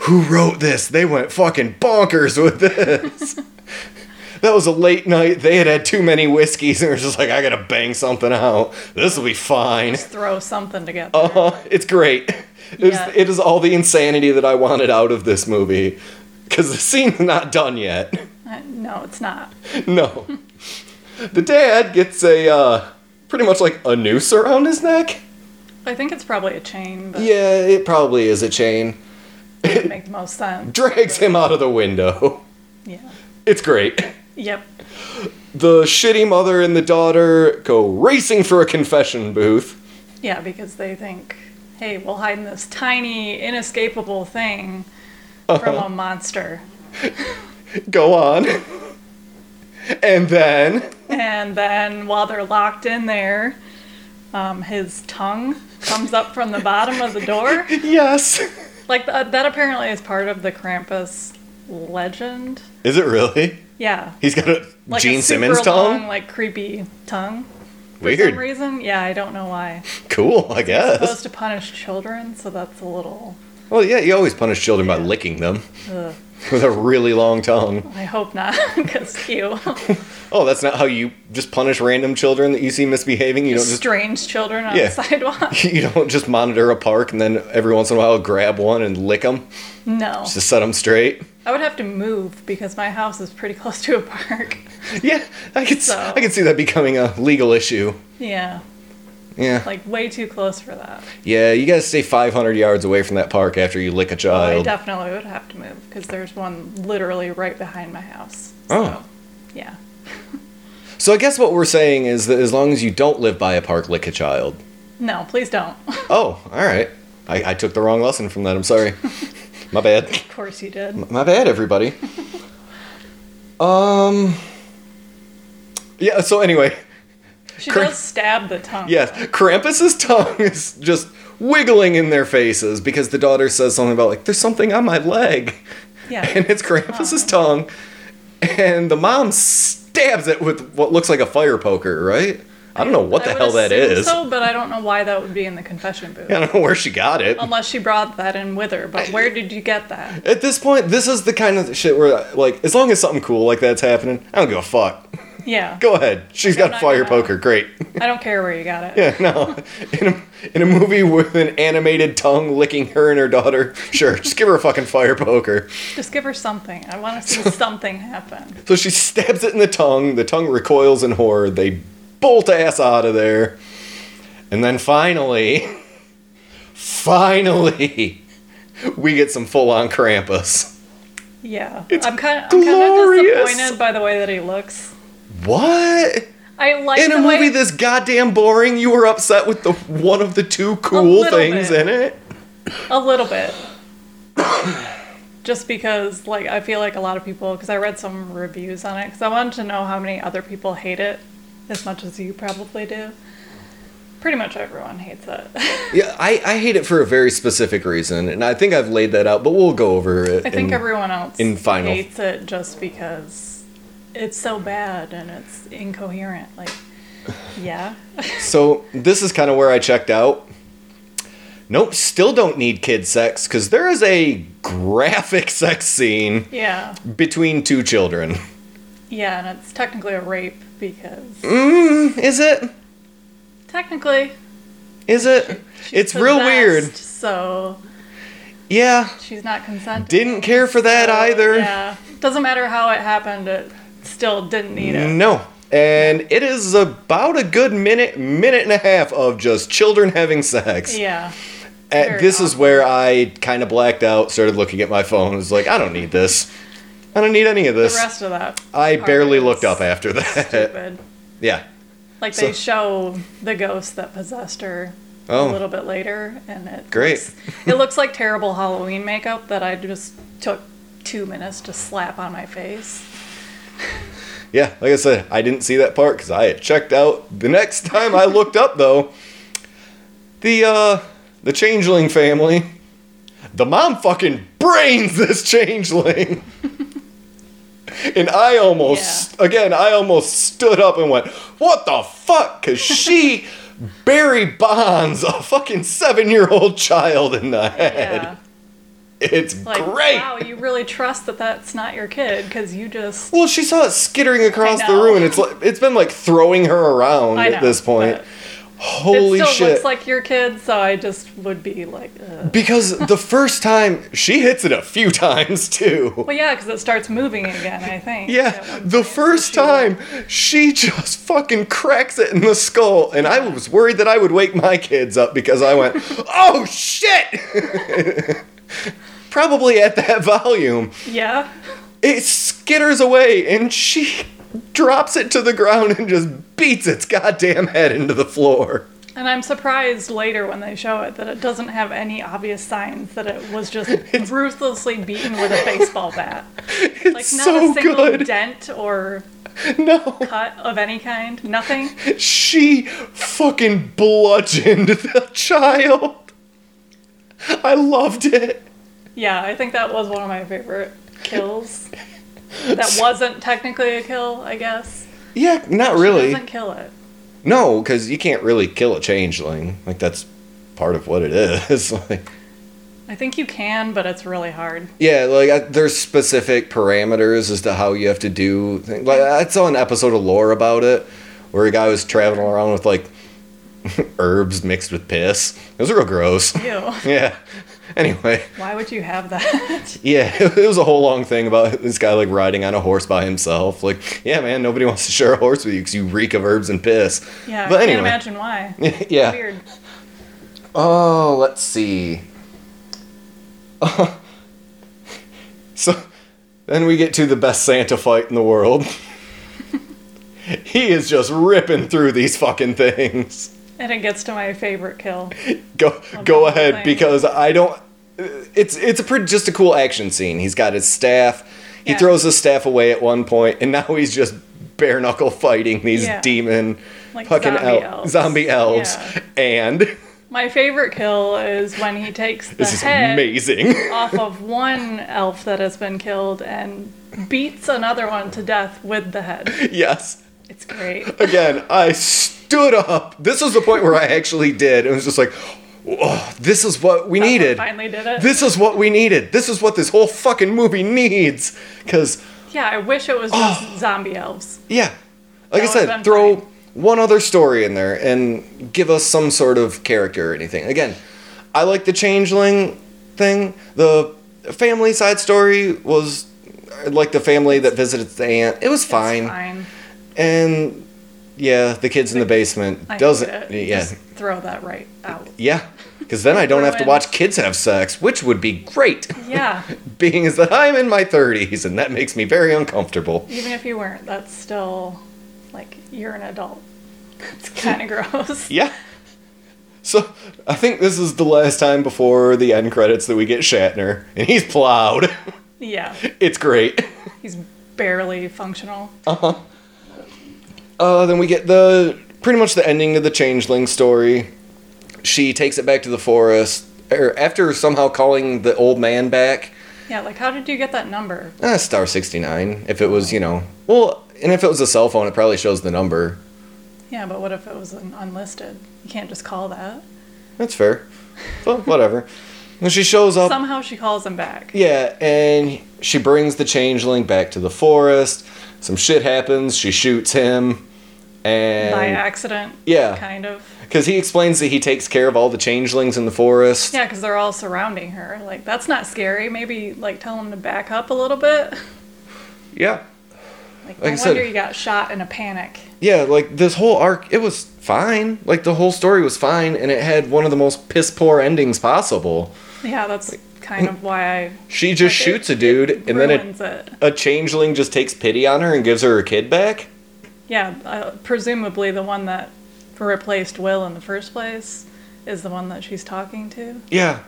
who wrote this? They went fucking bonkers with this. that was a late night. They had had too many whiskeys and were just like, I gotta bang something out. This will be fine.
Just throw something together.
Uh huh. It's great. It is,
Yeah.
it is all the insanity that I wanted out of this movie. Because the scene's not done yet.
Uh, no, it's not.
no. the dad gets a, uh, pretty much like a noose around his neck.
I think it's probably a chain, but
Yeah, it probably is a chain.
it would make the most sense.
Drags him out of the window.
Yeah.
It's great.
Yep.
The shitty mother and the daughter go racing for a confession booth.
Yeah, because they think, hey, we'll hide in
Uh-huh.
this tiny, inescapable thing from a monster.
Go on. And then
And then while they're locked in there, um, his tongue comes up from the bottom of the door.
yes.
Like th- that apparently is part of the Krampus legend.
Is it really?
Yeah.
He's got a
Like
Gene
a super
Simmons
long,
tongue?
like creepy tongue. For some
Weird.
reason, yeah, I don't know why.
Cool, I guess.
Supposed to punish children, so that's a little.
Well, yeah, you always punish children by licking them
Ugh,
with a really long tongue.
I hope not, because you
Oh, that's not how you just punish random children that you see misbehaving. You don't just
strange children on
Yeah.
the sidewalk.
you don't just monitor a park and then every once in a while grab one and lick them
No,
to set them straight.
I would have to move because my house is pretty close to a park.
Yeah, I could s
So-
I could see that becoming a legal issue.
Yeah,
Yeah,
like way too close for that.
yeah, you gotta stay 500 yards away from that park after you lick a
Oh, I
child.
definitely would have to move because there's one literally right behind my house.
Oh.
Yeah.
so I guess what we're saying is that as long as you don't live by a park, lick a child.
No, please don't. of
Oh, all right. I, I took the wrong lesson from that. I'm sorry. My bad.
course you did.
My bad, everybody. um. Yeah. So anyway,
She
Cra-
does stab the tongue.
yes, Krampus's tongue is just wiggling in their faces because the daughter says something about like, "There's something on my leg,"
Yeah.
and it's
Oh.
Krampus's tongue, and the mom stabs it with what looks like a fire poker. Right? I don't know what the
I would
hell that
assume
is.
So, but I don't know why that would be in the confession booth.
I don't know where she got it.
Unless she brought that in with her, but where did you get that?
At this point, this is the kind of shit where, like, as long as something cool like that's happening, I don't give a fuck.
Yeah.
Go ahead. She's got a
not
fire
gonna-
poker. Great.
I don't care where you got it.
Yeah, no. In a, in a movie with an animated tongue licking her and her daughter, sure, just give her a fucking fire poker.
Just give her something. I want to see something happen.
So she stabs it in the tongue. The tongue recoils in horror. They bolt ass out of there. And then finally, finally, we get some full on Krampus.
Yeah. I'm kind of
glorious.
disappointed by the way that he looks.
What?
I like
in a
the way
movie this goddamn boring, you were upset with the one of the two cool
little
things in
bit.
it.
A little bit. Just because, like, I feel like a lot of people, because I read some reviews on it, because I wanted to know how many other people hate it as much as you probably do. Pretty much everyone hates it.
Yeah, I, I hate it for a very specific reason, and I think I've laid that out, but we'll go over it.
I think
in-
everyone else
in final.
hates it just because it's so bad and it's incoherent. Like, yeah.
So this is kind of where I checked out. Nope, still don't need kid sex because there is a graphic sex scene
yeah.
between two children.
Yeah, and it's technically a rape because.
Mm, is it?
Technically.
Is it? It's real weird.
possessed, So
Yeah,
she's not consenting.
didn't care for that
So,
either.
Oh, Yeah. Doesn't matter how it happened, it still didn't need it.
No. And it is about a good minute, minute and a half of just children having sex.
Yeah.
And
very
this is where I kind of blacked out, started looking at my phone. was like, I don't need this. I don't need any of
The
this.
rest of that.
I
part
barely
is
looked up after that.
Stupid.
yeah.
Like
So-
they show the ghost that possessed her
Oh.
a little bit later, and it
Great.
looks- it looks like terrible Halloween makeup that I just took two minutes to slap on my face.
Yeah. Like I said, I didn't see that part because I had checked out. The next time I looked up, though, the uh, the changeling family, the mom fucking brains this changeling. And I almost, again, I almost stood up and went, "What the fuck?" Because she Barry Bonds a fucking seven-year-old child in the head.
Yeah.
It's
Like
great.
wow, you really trust that that's not your kid because you just
Well, she saw it skittering across
I
the
know.
room, and it's like, it's been like throwing her around
I know,
at this point.
but
Holy
it still
shit!
looks like your kid, so I just would be like, Ugh.
because the first time she hits it a few times too.
well, yeah, because it starts moving again. I think. at
Yeah,
one
the
point.
first
She-
time she just fucking cracks it in the skull, and I was worried that I would wake my kids up because I went, "Oh shit!" Probably at that volume.
Yeah.
it skitters away and she drops it to the ground and just beats its goddamn head into the floor.
And I'm surprised later when they show it that it doesn't have any obvious signs that it was just ruthlessly beaten with a baseball bat.
It's
Like not
so
a single
good.
dent or
no.
cut of any kind. Nothing.
She fucking bludgeoned the child. I loved it.
Yeah, I think that was one of my favorite kills. That wasn't technically a kill, I guess.
Yeah, not
She
really.
doesn't kill it.
No, because you can't really kill a changeling. Like that's part of what it is. like,
I think you can, but it's really hard.
yeah, like I, there's specific parameters as to how you have to do. Things. Like I saw an episode of Lore about it, where a guy was traveling around with like herbs mixed with piss. It was real gross.
Ew.
yeah. Anyway.
Why would you have that?
Yeah, it was a whole long thing about this guy like riding on a horse by himself. Like, yeah, man, nobody wants to share a horse with you because you reek of herbs and piss.
Yeah,
but
I
anyway,
can't imagine why.
yeah.
Weird.
Oh, let's see. so then we get to the best Santa fight in the world. he is just ripping through these fucking things.
And it gets to my favorite kill.
Go go
that's the
ahead
thing.
because I don't it's it's a pretty just a cool action scene. He's got his staff. He
Yeah.
throws his staff away at one point and now he's just bare knuckle fighting these
Yeah.
demon
Like
fucking
zombie
el-
elves.
zombie elves. And
My favorite kill is when he takes the
this is
head
amazing.
off of one elf that has been killed and beats another one to death with the head.
yes.
It's great.
again, I stood up. This was the point where I actually did. It was just like, oh, this is what we
Someone
needed.
finally did it.
This is what we needed. This is what this whole fucking movie needs. Because,
Yeah, I wish it was just
Oh.
zombie elves.
yeah, like
That
I
would've
said,
been
throw
fine.
one other story in there and give us some sort of character or anything. Again, I like the changeling thing. The family side story was like the family that visited the aunt. It was
It's
fine.
fine.
And yeah, the kids in the basement
I hate
doesn't.
it.
Yeah,
Just throw that right out.
Yeah, because then I don't have to
Ruined.
watch kids have sex, which would be great.
Yeah,
Being is that I'm in my 30s and that makes me very uncomfortable.
even if you weren't, that's still like you're an adult. It's kind of gross.
Yeah. So I think this is the last time before the end credits that we get Shatner, and he's plowed.
Yeah,
It's great.
he's barely functional.
Uh, then we get the pretty much the ending of the changeling story. She takes it back to the forest, or after somehow calling the old man back.
Yeah, like how did you get that number?
Uh, star 69. If it was, you know. Well, and if it was a cell phone, it probably shows the number.
Yeah, but what if it was an unlisted? You can't just call that.
That's fair. But whatever. When she shows up.
Somehow she calls him back.
yeah, and she brings the changeling back to the forest. Some shit happens. She shoots him.
By
And.
accident.
Yeah.
Kind of.
Because he explains that he takes care of all the changelings in the forest.
Yeah, because they're all surrounding her. Like, that's not scary. Maybe, like, tell him to back up a little bit.
Yeah.
Like,
Like I
no
said-
wonder you got shot in a panic.
Yeah, like this whole arc, it was fine. Like the whole story was fine, and it had one of the most piss poor endings possible.
Yeah, that's kind of why I.
She just
Like, it-
shoots a dude, and then it
ruins it.
a changeling just takes pity on her and gives her her kid back?
Yeah, uh, presumably the one that replaced Will in the first place is the one that she's talking to.
Yeah.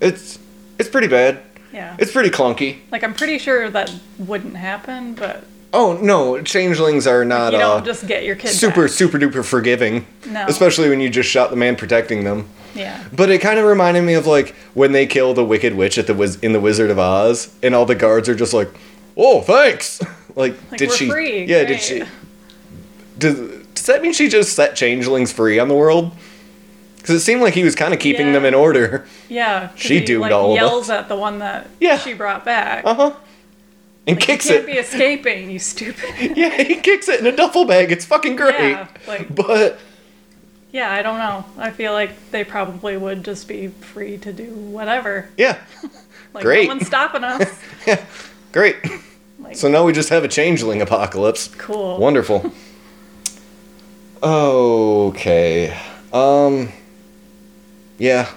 It's it's pretty bad.
Yeah.
It's pretty clunky.
like, I'm pretty sure that wouldn't happen, but
Oh no, changelings are not
you
uh,
don't just get your kid
super
back.
super duper forgiving.
No.
Especially when you just shot the man protecting them.
Yeah.
But it kind of reminded me of like when they kill the Wicked Witch at the Wiz- in the Wizard of Oz, and all the guards are just like, "Oh, thanks." like,
Like,
did
we're
she?
free,
Yeah, did
great.
she? Does, does that mean she just set changelings free on the world? Because it seemed like he was kind of keeping
Yeah.
them in order.
Yeah, 'cause
She
he,
doomed
like,
all of
yells at the one that
Yeah.
she brought back.
Uh huh. And
Like,
kicks
you can't
it.
be escaping, you stupid.
yeah, he kicks it in a duffel bag. It's fucking great.
yeah, like
But
yeah, I don't know. I feel like they probably would just be free to do whatever.
yeah,
Like
Great.
no one's stopping us.
great.
Like
So now we just have a changeling apocalypse.
cool.
Wonderful. okay. Um Yeah.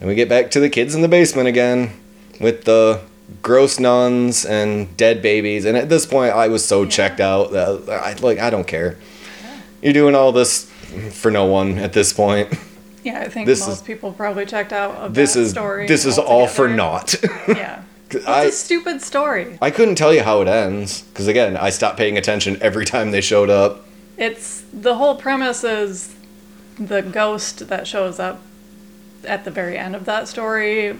And we get back to the kids in the basement again with the gross nuns and dead babies. And at this point I was so checked out that I like I don't care. You're doing all this for no one at this point.
yeah, I think
this
most
is-
people probably checked out of
This
that
is
story.
this is all for
altogether.
naught.
yeah.
I
It's a stupid story.
I couldn't tell you how it ends because again, I stopped paying attention every time they showed up.
It's the whole premise is the ghost that shows up at the very end of that story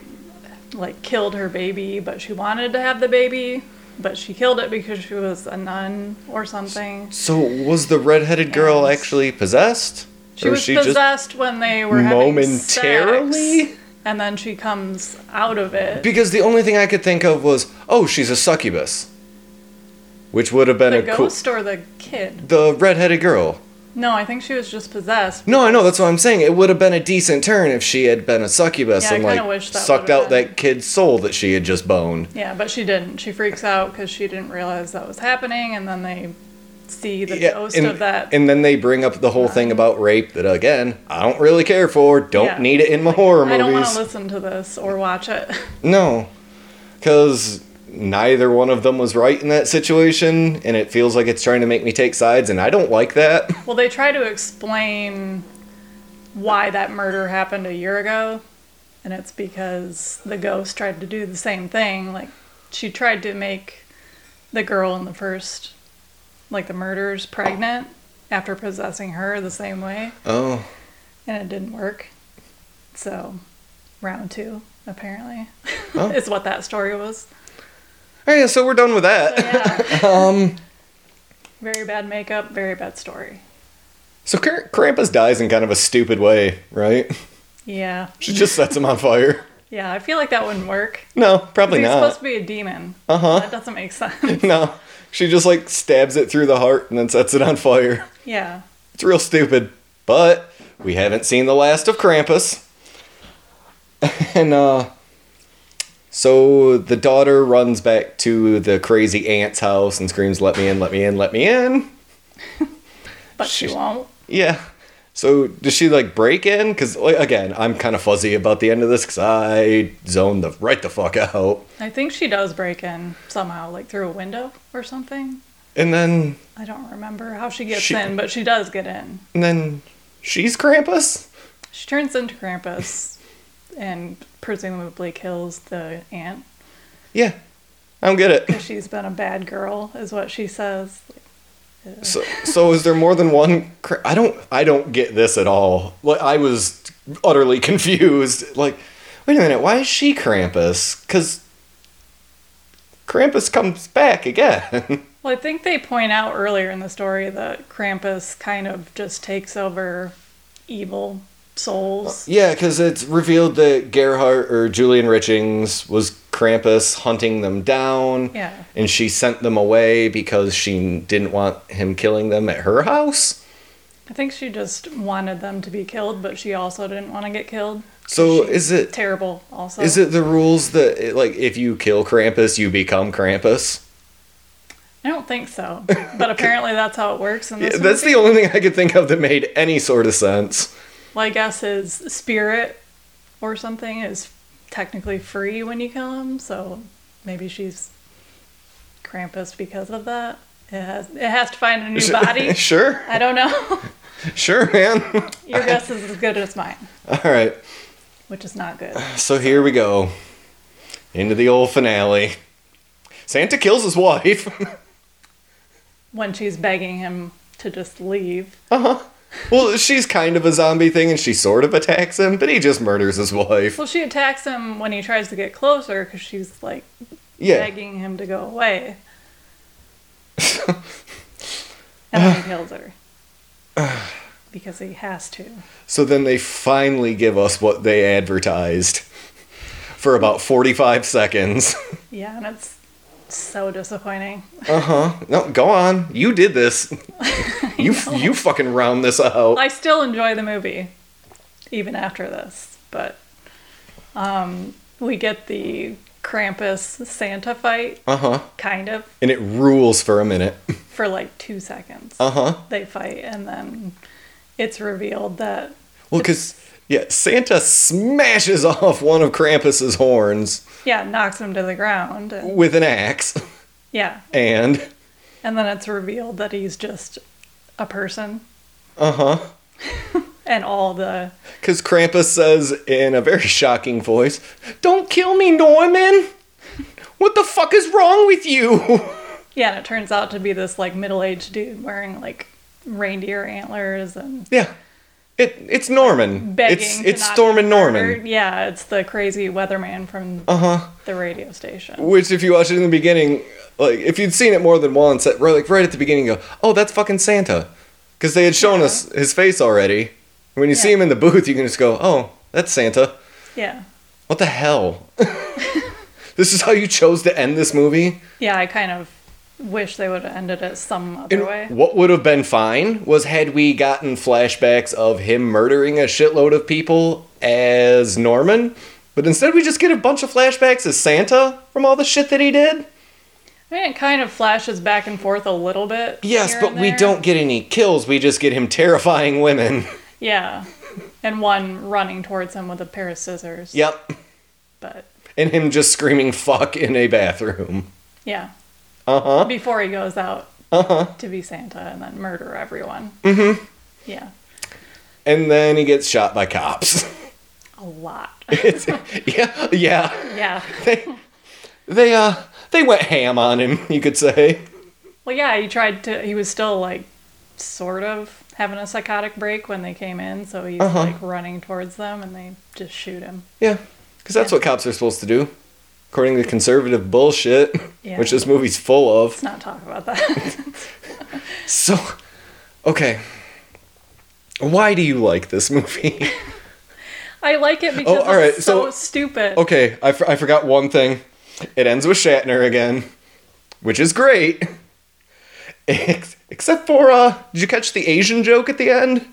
like killed her baby, but she wanted to have the baby, but she killed it because she was a nun or something.
So was the redheaded girl
Yes.
actually possessed?
She was possessed when they were
Momentarily?
Having sex, and then she comes out of it.
Because the only thing I could think of was, oh, she's a succubus, which would have been
the
a cool.
ghost or the kid?
The redheaded girl.
No, I think she was just possessed.
No, I know that's what I'm saying. It would have been a decent turn if she had been a succubus
Yeah, I
and
kinda
like
wish that
sucked
would have
out
been-
that kid's soul that she had just boned.
Yeah, but she didn't. She freaks out because she didn't realize that was happening, and then they see the ghost
and,
of that.
and then they bring up the whole thing about rape that again I don't really care for. Don't
Yeah.
need it in my horror movies.
I don't want to listen to this or watch it.
No, because neither one of them was right in that situation, and it feels like it's trying to make me take sides, and I don't like that.
well, they try to explain why that murder happened a year ago, and it's because the ghost tried to do the same thing. Like, she tried to make the girl in the first, like the murders, pregnant after possessing her the same way.
Oh,
and it didn't work. So, round two apparently
Oh.
is what that story was.
all right, so we're done with that.
Yeah.
Um,
very bad makeup, very bad story.
So Kr- Krampus dies in kind of a stupid way, right?
Yeah,
She just sets him on fire.
yeah. I feel like that wouldn't work.
No, probably
He's
not.
supposed to be a demon.
Uh huh.
That doesn't make sense.
No, she just like stabs it through the heart and then sets it on fire.
Yeah,
It's real stupid, but we haven't seen the last of Krampus. And uh so the daughter runs back to the crazy aunt's house and screams, "Let me in, let me in, let me in."
but she
She's-
won't.
Yeah. So does she like break in cuz again, I'm kind of fuzzy about the end of this cuz I zoned the right the fuck out.
I think she does break in somehow, like through a window or something.
And then
I don't remember how she gets
She-
in, but she does get in.
and then she's Krampus?
She turns into Krampus and presumably kills the aunt
Yeah. I don't get it.
because she's been a bad girl, is what she says.
So, so is there more than one? Cra- I don't, I don't get this at all. Like, I was utterly confused. Like, wait a minute, why is she Krampus? Because Krampus comes back again.
Well, I think they point out earlier in the story that Krampus kind of just takes over evil souls.
yeah, because it's revealed that Gerhardt or Julian Richings was Krampus hunting them down,
Yeah.
and she sent them away because she didn't want him killing them at her house.
I think she just wanted them to be killed, but she also didn't want to get killed.
So is
She's
it
terrible also?
is it the rules that like if you kill Krampus, you become Krampus?
I don't think so. But apparently that's how it works in
Yeah,
this
that's
movie.
the only thing I could think of that made any sort of sense.
Well, I guess his spirit or something is technically free when you kill him, so maybe she's Krampus because of that. It has it has to find a new body.
sure,
I don't know.
sure, man.
Your guess is as good as mine,
All right,
which is not good.
so here we go into the old finale. Santa kills his wife.
When she's begging him to just leave.
well, she's kind of a zombie thing, and she sort of attacks him, but he just murders his wife.
Well, she attacks him when he tries to get closer because she's like
Yeah,
begging him to go away. and then he kills her. because he has to.
So then they finally give us what they advertised for about 45 seconds.
Yeah, and it's so disappointing.
no, go on. You did this. You you fucking round this out.
I still enjoy the movie, even after this, but um, we get the Krampus Santa fight,
Uh-huh.
kind of,
And it rules for a minute.
for like two seconds.
Uh-huh.
They fight, and then it's revealed that
Well, because yeah, Santa smashes off one of Krampus's horns
yeah, it knocks him to the ground. And,
with an axe,
yeah,
and
and then it's revealed that he's just a person,
uh huh,
and all the
because Krampus says in a very shocking voice, "Don't kill me, Norman. What the fuck is wrong with you?
Yeah, and it turns out to be this like middle-aged dude wearing like reindeer antlers and
yeah. It it's Norman.
begging.
it's
to
it's
not
Storm
be
and Norman.
murdered. Yeah, it's the crazy weatherman from
Uh-huh.
the radio station.
Which if you watch it in the beginning, like if you'd seen it more than once, at, right- like right at the beginning you go, "Oh, that's fucking Santa." Cuz they had shown
Yeah.
us his face already. When you see
Yeah.
him in the booth, you can just go, "Oh, that's Santa."
Yeah,
What the hell? this is how you chose to end this movie?
yeah. I kind of wish they would have ended it some other
And
way.
what would have been fine was had we gotten flashbacks of him murdering a shitload of people as Norman, but instead we just get a bunch of flashbacks as Santa from all the shit that he did.
I mean, it kind of flashes back and forth a little bit.
Yes,
here
but
and
we
there.
don't get any kills. We just get him terrifying women.
Yeah, and one running towards him with a pair of scissors.
yep.
But
And him just screaming fuck in a bathroom.
yeah,
Uh huh.
before he goes out
Uh huh.
to be Santa and then murder everyone.
Mhm.
Yeah,
And then he gets shot by cops.
a lot.
it's, yeah, yeah.
yeah.
they they uh they went ham on him, you could say.
Well, yeah, he tried to. He was still like sort of having a psychotic break when they came in, so he's
Uh-huh.
like running towards them and they just shoot him.
Yeah, because that's what cops are supposed to do, according to conservative bullshit,
Yeah.
which this movie's full of.
Let's not talk about that.
So, okay, why do you like this movie?
I like it because
Oh, all right,
it's so,
so-
stupid.
okay, I, f- I forgot one thing. It ends with Shatner again, which is great. Ex- Except for, uh, did you catch the Asian joke at the end?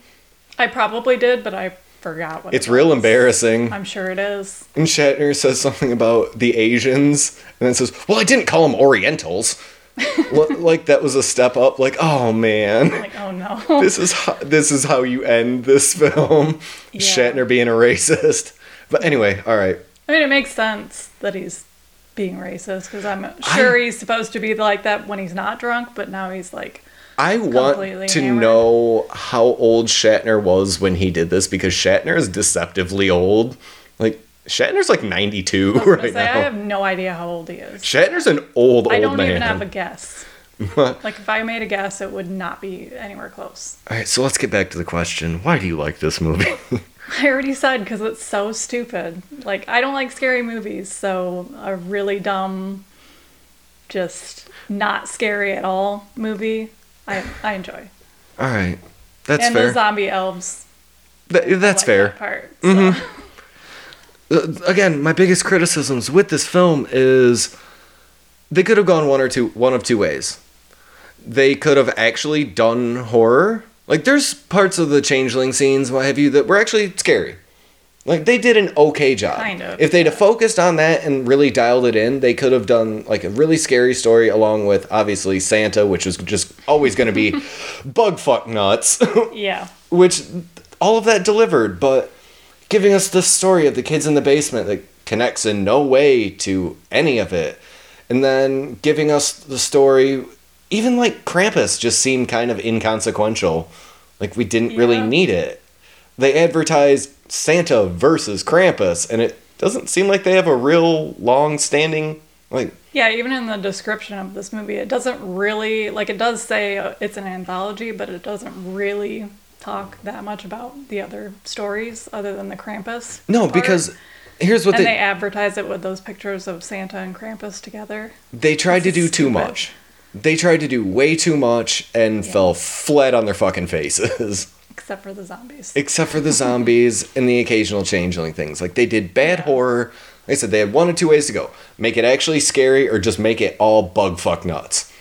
I probably did, but I forgot what.
It's
it was.
real embarrassing.
I'm sure it is.
And Shatner says something about the Asians, and then says, "Well, I didn't call them Orientals." L- like that was a step up. Like, oh man,
Like, oh no.
this is ho- this is how you end this film.
Yeah.
Shatner being a racist. But anyway, all right.
I mean, it makes sense that he's being racist because I'm sure he's supposed to be like that when he's not drunk, but now he's like,
I want
Completely
to
hammered.
know how old Shatner was when he did this because Shatner is deceptively old. Like Shatner's like ninety two
I was gonna
right
say,
now.
I have no idea how old he is.
Shatner's an old
I
old
don't
man.
even have a guess. like if I made a guess, it would not be anywhere close.
All right, so let's get back to the question. Why do you like this movie?
I already said because it's so stupid. Like I don't like scary movies, so a really dumb, just not scary at all movie, I I enjoy.
All right, that's
and
fair.
the zombie elves.
Th- that's
like
fair. Mm-hmm.
That part. so-
Uh, again, my biggest criticisms with this film is they could have gone one or two one of two ways. They could have actually done horror. Like there's parts of the changeling scenes, what have you, that were actually scary. Like they did an okay job.
Kind of,
If they'd have focused on that and really dialed it in, they could have done like a really scary story along with obviously Santa, which is just always going to be bug fuck nuts.
Yeah.
which all of that delivered, but giving us the story of the kids in the basement that connects in no way to any of it. And then giving us the story, even like Krampus just seemed kind of inconsequential. Like we didn't really
Yeah.
need it. They advertised Santa versus Krampus, and it doesn't seem like they have a real long standing, like,
Yeah, even in the description of this movie, it doesn't really like it does say uh, it's an anthology, but it doesn't really talk that much about the other stories other than the Krampus.
no,
part.
because here's what
and they,
they,
advertise it with those pictures of Santa and Krampus together.
They tried to
This
do
is
too
stupid.
much. They tried to do way too much and
Yeah.
fell flat on their fucking faces.
Except for the zombies.
Except for the zombies and the occasional changeling things. Like they did bad horror. Like I said, they had one or two ways to go. Make it actually scary or just make it all bug fuck nuts.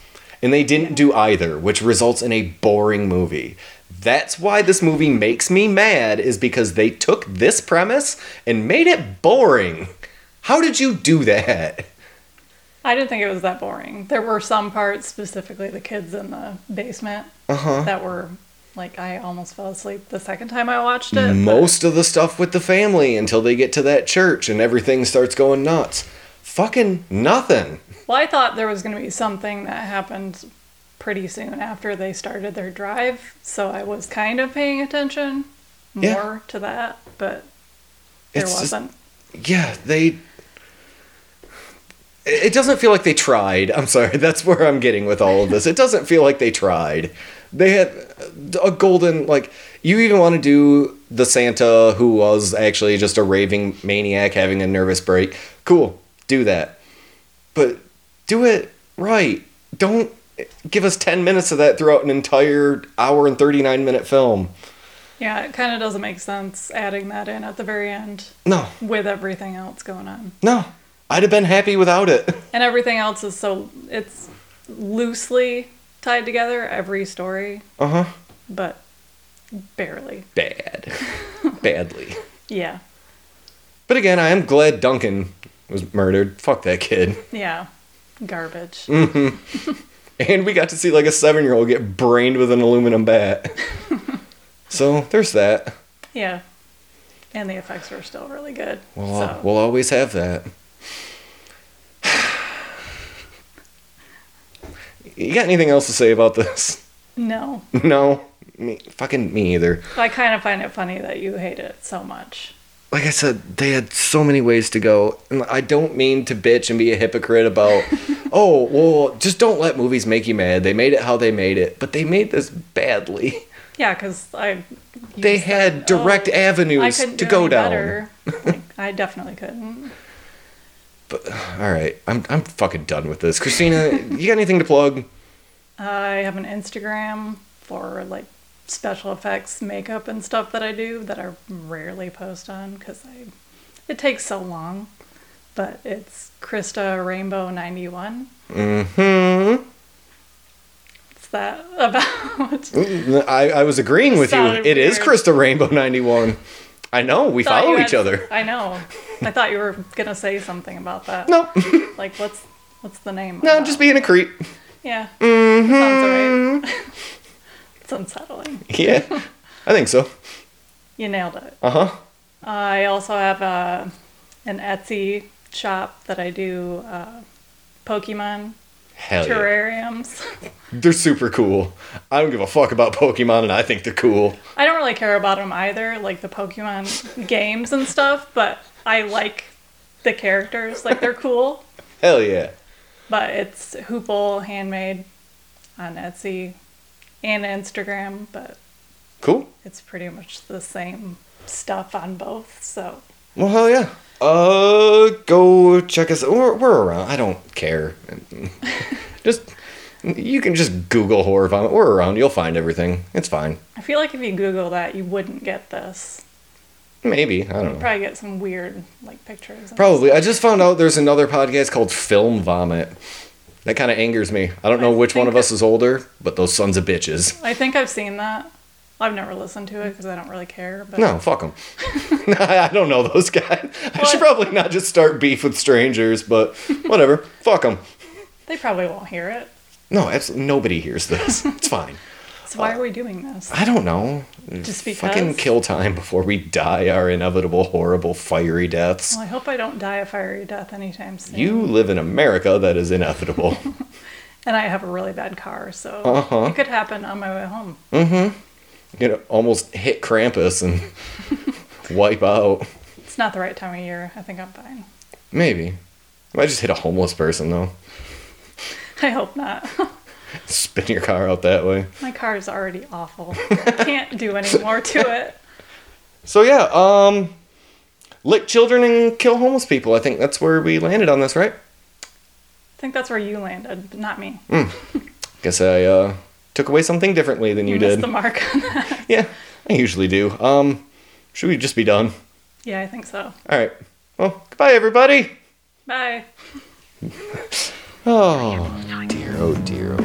And they didn't do either, which results in a boring movie. That's why this movie makes me mad, is because they took this premise and made it boring. How did you do that?
I didn't think it was that boring. There were some parts, specifically the kids in the basement,
Uh-huh.
that were like I almost fell asleep the second time I watched it. but-
most of the stuff with the family until they get to that church and everything starts going nuts. Fucking nothing.
Well, I thought there was going to be something that happened pretty soon after they started their drive, so I was kind of paying attention more
Yeah.
to that, but there
It's just-
wasn't.
Yeah, they it doesn't feel like they tried. I'm sorry. That's where I'm getting with all of this. It doesn't feel like they tried. They had a golden like you even want to do the Santa who was actually just a raving maniac having a nervous break. Cool. Do that. But do it right. Don't give us 10 minutes of that throughout an entire hour and 39 minute film.
Yeah, it kind of doesn't make sense adding that in at the very end
No.
with everything else going on.
No. I'd have been happy without it.
And everything else is so it's loosely tied together every story,
Uh-huh.
but barely.
Bad. Badly.
Yeah.
But again, I am glad Duncan was murdered. Fuck that kid.
Yeah. Garbage.
Mm. And we got to see like a seven year old get brained with an aluminum bat. so there's that.
Yeah. And the effects were still really good.
We'll, uh,
so
we'll always have that. you got anything else to say about this?
no.
No? Me, fucking me either.
I kind of find it funny that you hate it so much.
like I said, they had so many ways to go. And I don't mean to bitch and be a hypocrite about, oh, well, just don't let movies make you mad. They made it how they made it, but they made this badly.
Yeah, because I. you
They
said,
had direct
"Oh, I
avenues
couldn't
to
do
go
any
down.
better." like, I definitely couldn't.
All right, I'm, I'm fucking done with this. Christina, you got anything to plug?
I have an Instagram for like special effects, makeup, and stuff that I do that I rarely post on because I it takes so long. But it's Krista Rainbow ninety one.
Hmm.
What's that about?
I, I was agreeing with you.
Sounded
It is
weird.
Krista Rainbow 91. I know, we
Thought you
follow
had-
each other.
I know. I thought you were gonna say something about that.
No,
Like what's what's the name?
no,
of
just
that?
being a creep.
yeah. Mm-hmm. Sounds alright. it's unsettling.
Yeah, I think so.
You nailed it.
Uh huh.
I also have a, an Etsy shop that I do uh, Pokemon
Hell Oh, yeah.
terrariums.
They're super cool. I don't give a fuck about Pokemon, and I think they're cool.
I don't really care about them either, like the Pokemon games and stuff, but I like the characters. Like they're cool.
Hell yeah.
But it's Hoople handmade on Etsy and Instagram, but
Cool.
it's pretty much the same stuff on both. So
Well, hell yeah. Uh, go check us. We're, we're around. I don't care. just you can just Google horror vomit. We're around. You'll find everything. It's fine.
I feel like if you Google that, you wouldn't get this.
Maybe I don't know.
Probably get some weird like pictures. and
Probably. I just found out there's another podcast called Film Vomit. That kind of angers me. I don't know
I
which one
think
of us is older, but those sons of bitches.
I think I've seen that. I've never listened to it because I don't really care. But
No, fuck them. I don't know those guys. I should probably not just start beef with strangers, but whatever. fuck them.
they probably won't hear it.
No, absolutely nobody hears this. It's fine.
So why are we doing this?
I don't know.
Just because.
Fucking kill time before we die our inevitable, horrible, fiery deaths.
Well, I hope I don't die a fiery death anytime soon.
You live in America, that is inevitable.
and I have a really bad car, so
Uh-huh.
it could happen on my way home.
you know, almost hit Krampus and wipe out.
It's not the right time of year. I think I'm fine.
Maybe. I just hit a homeless person though.
I hope not.
Spin your car out that way.
my car is already awful. I can't do any more to it.
So yeah, um lick children and kill homeless people. I think that's where we landed on this, right?
I think that's where you landed, but not me.
Guess I uh took away something differently than you,
missed
did.
the mark on that.
Yeah, I usually do. Um should we just be done?
Yeah, I think so.
All right. Well, goodbye everybody.
Bye.
Oh, dear. Oh, dear. Oh,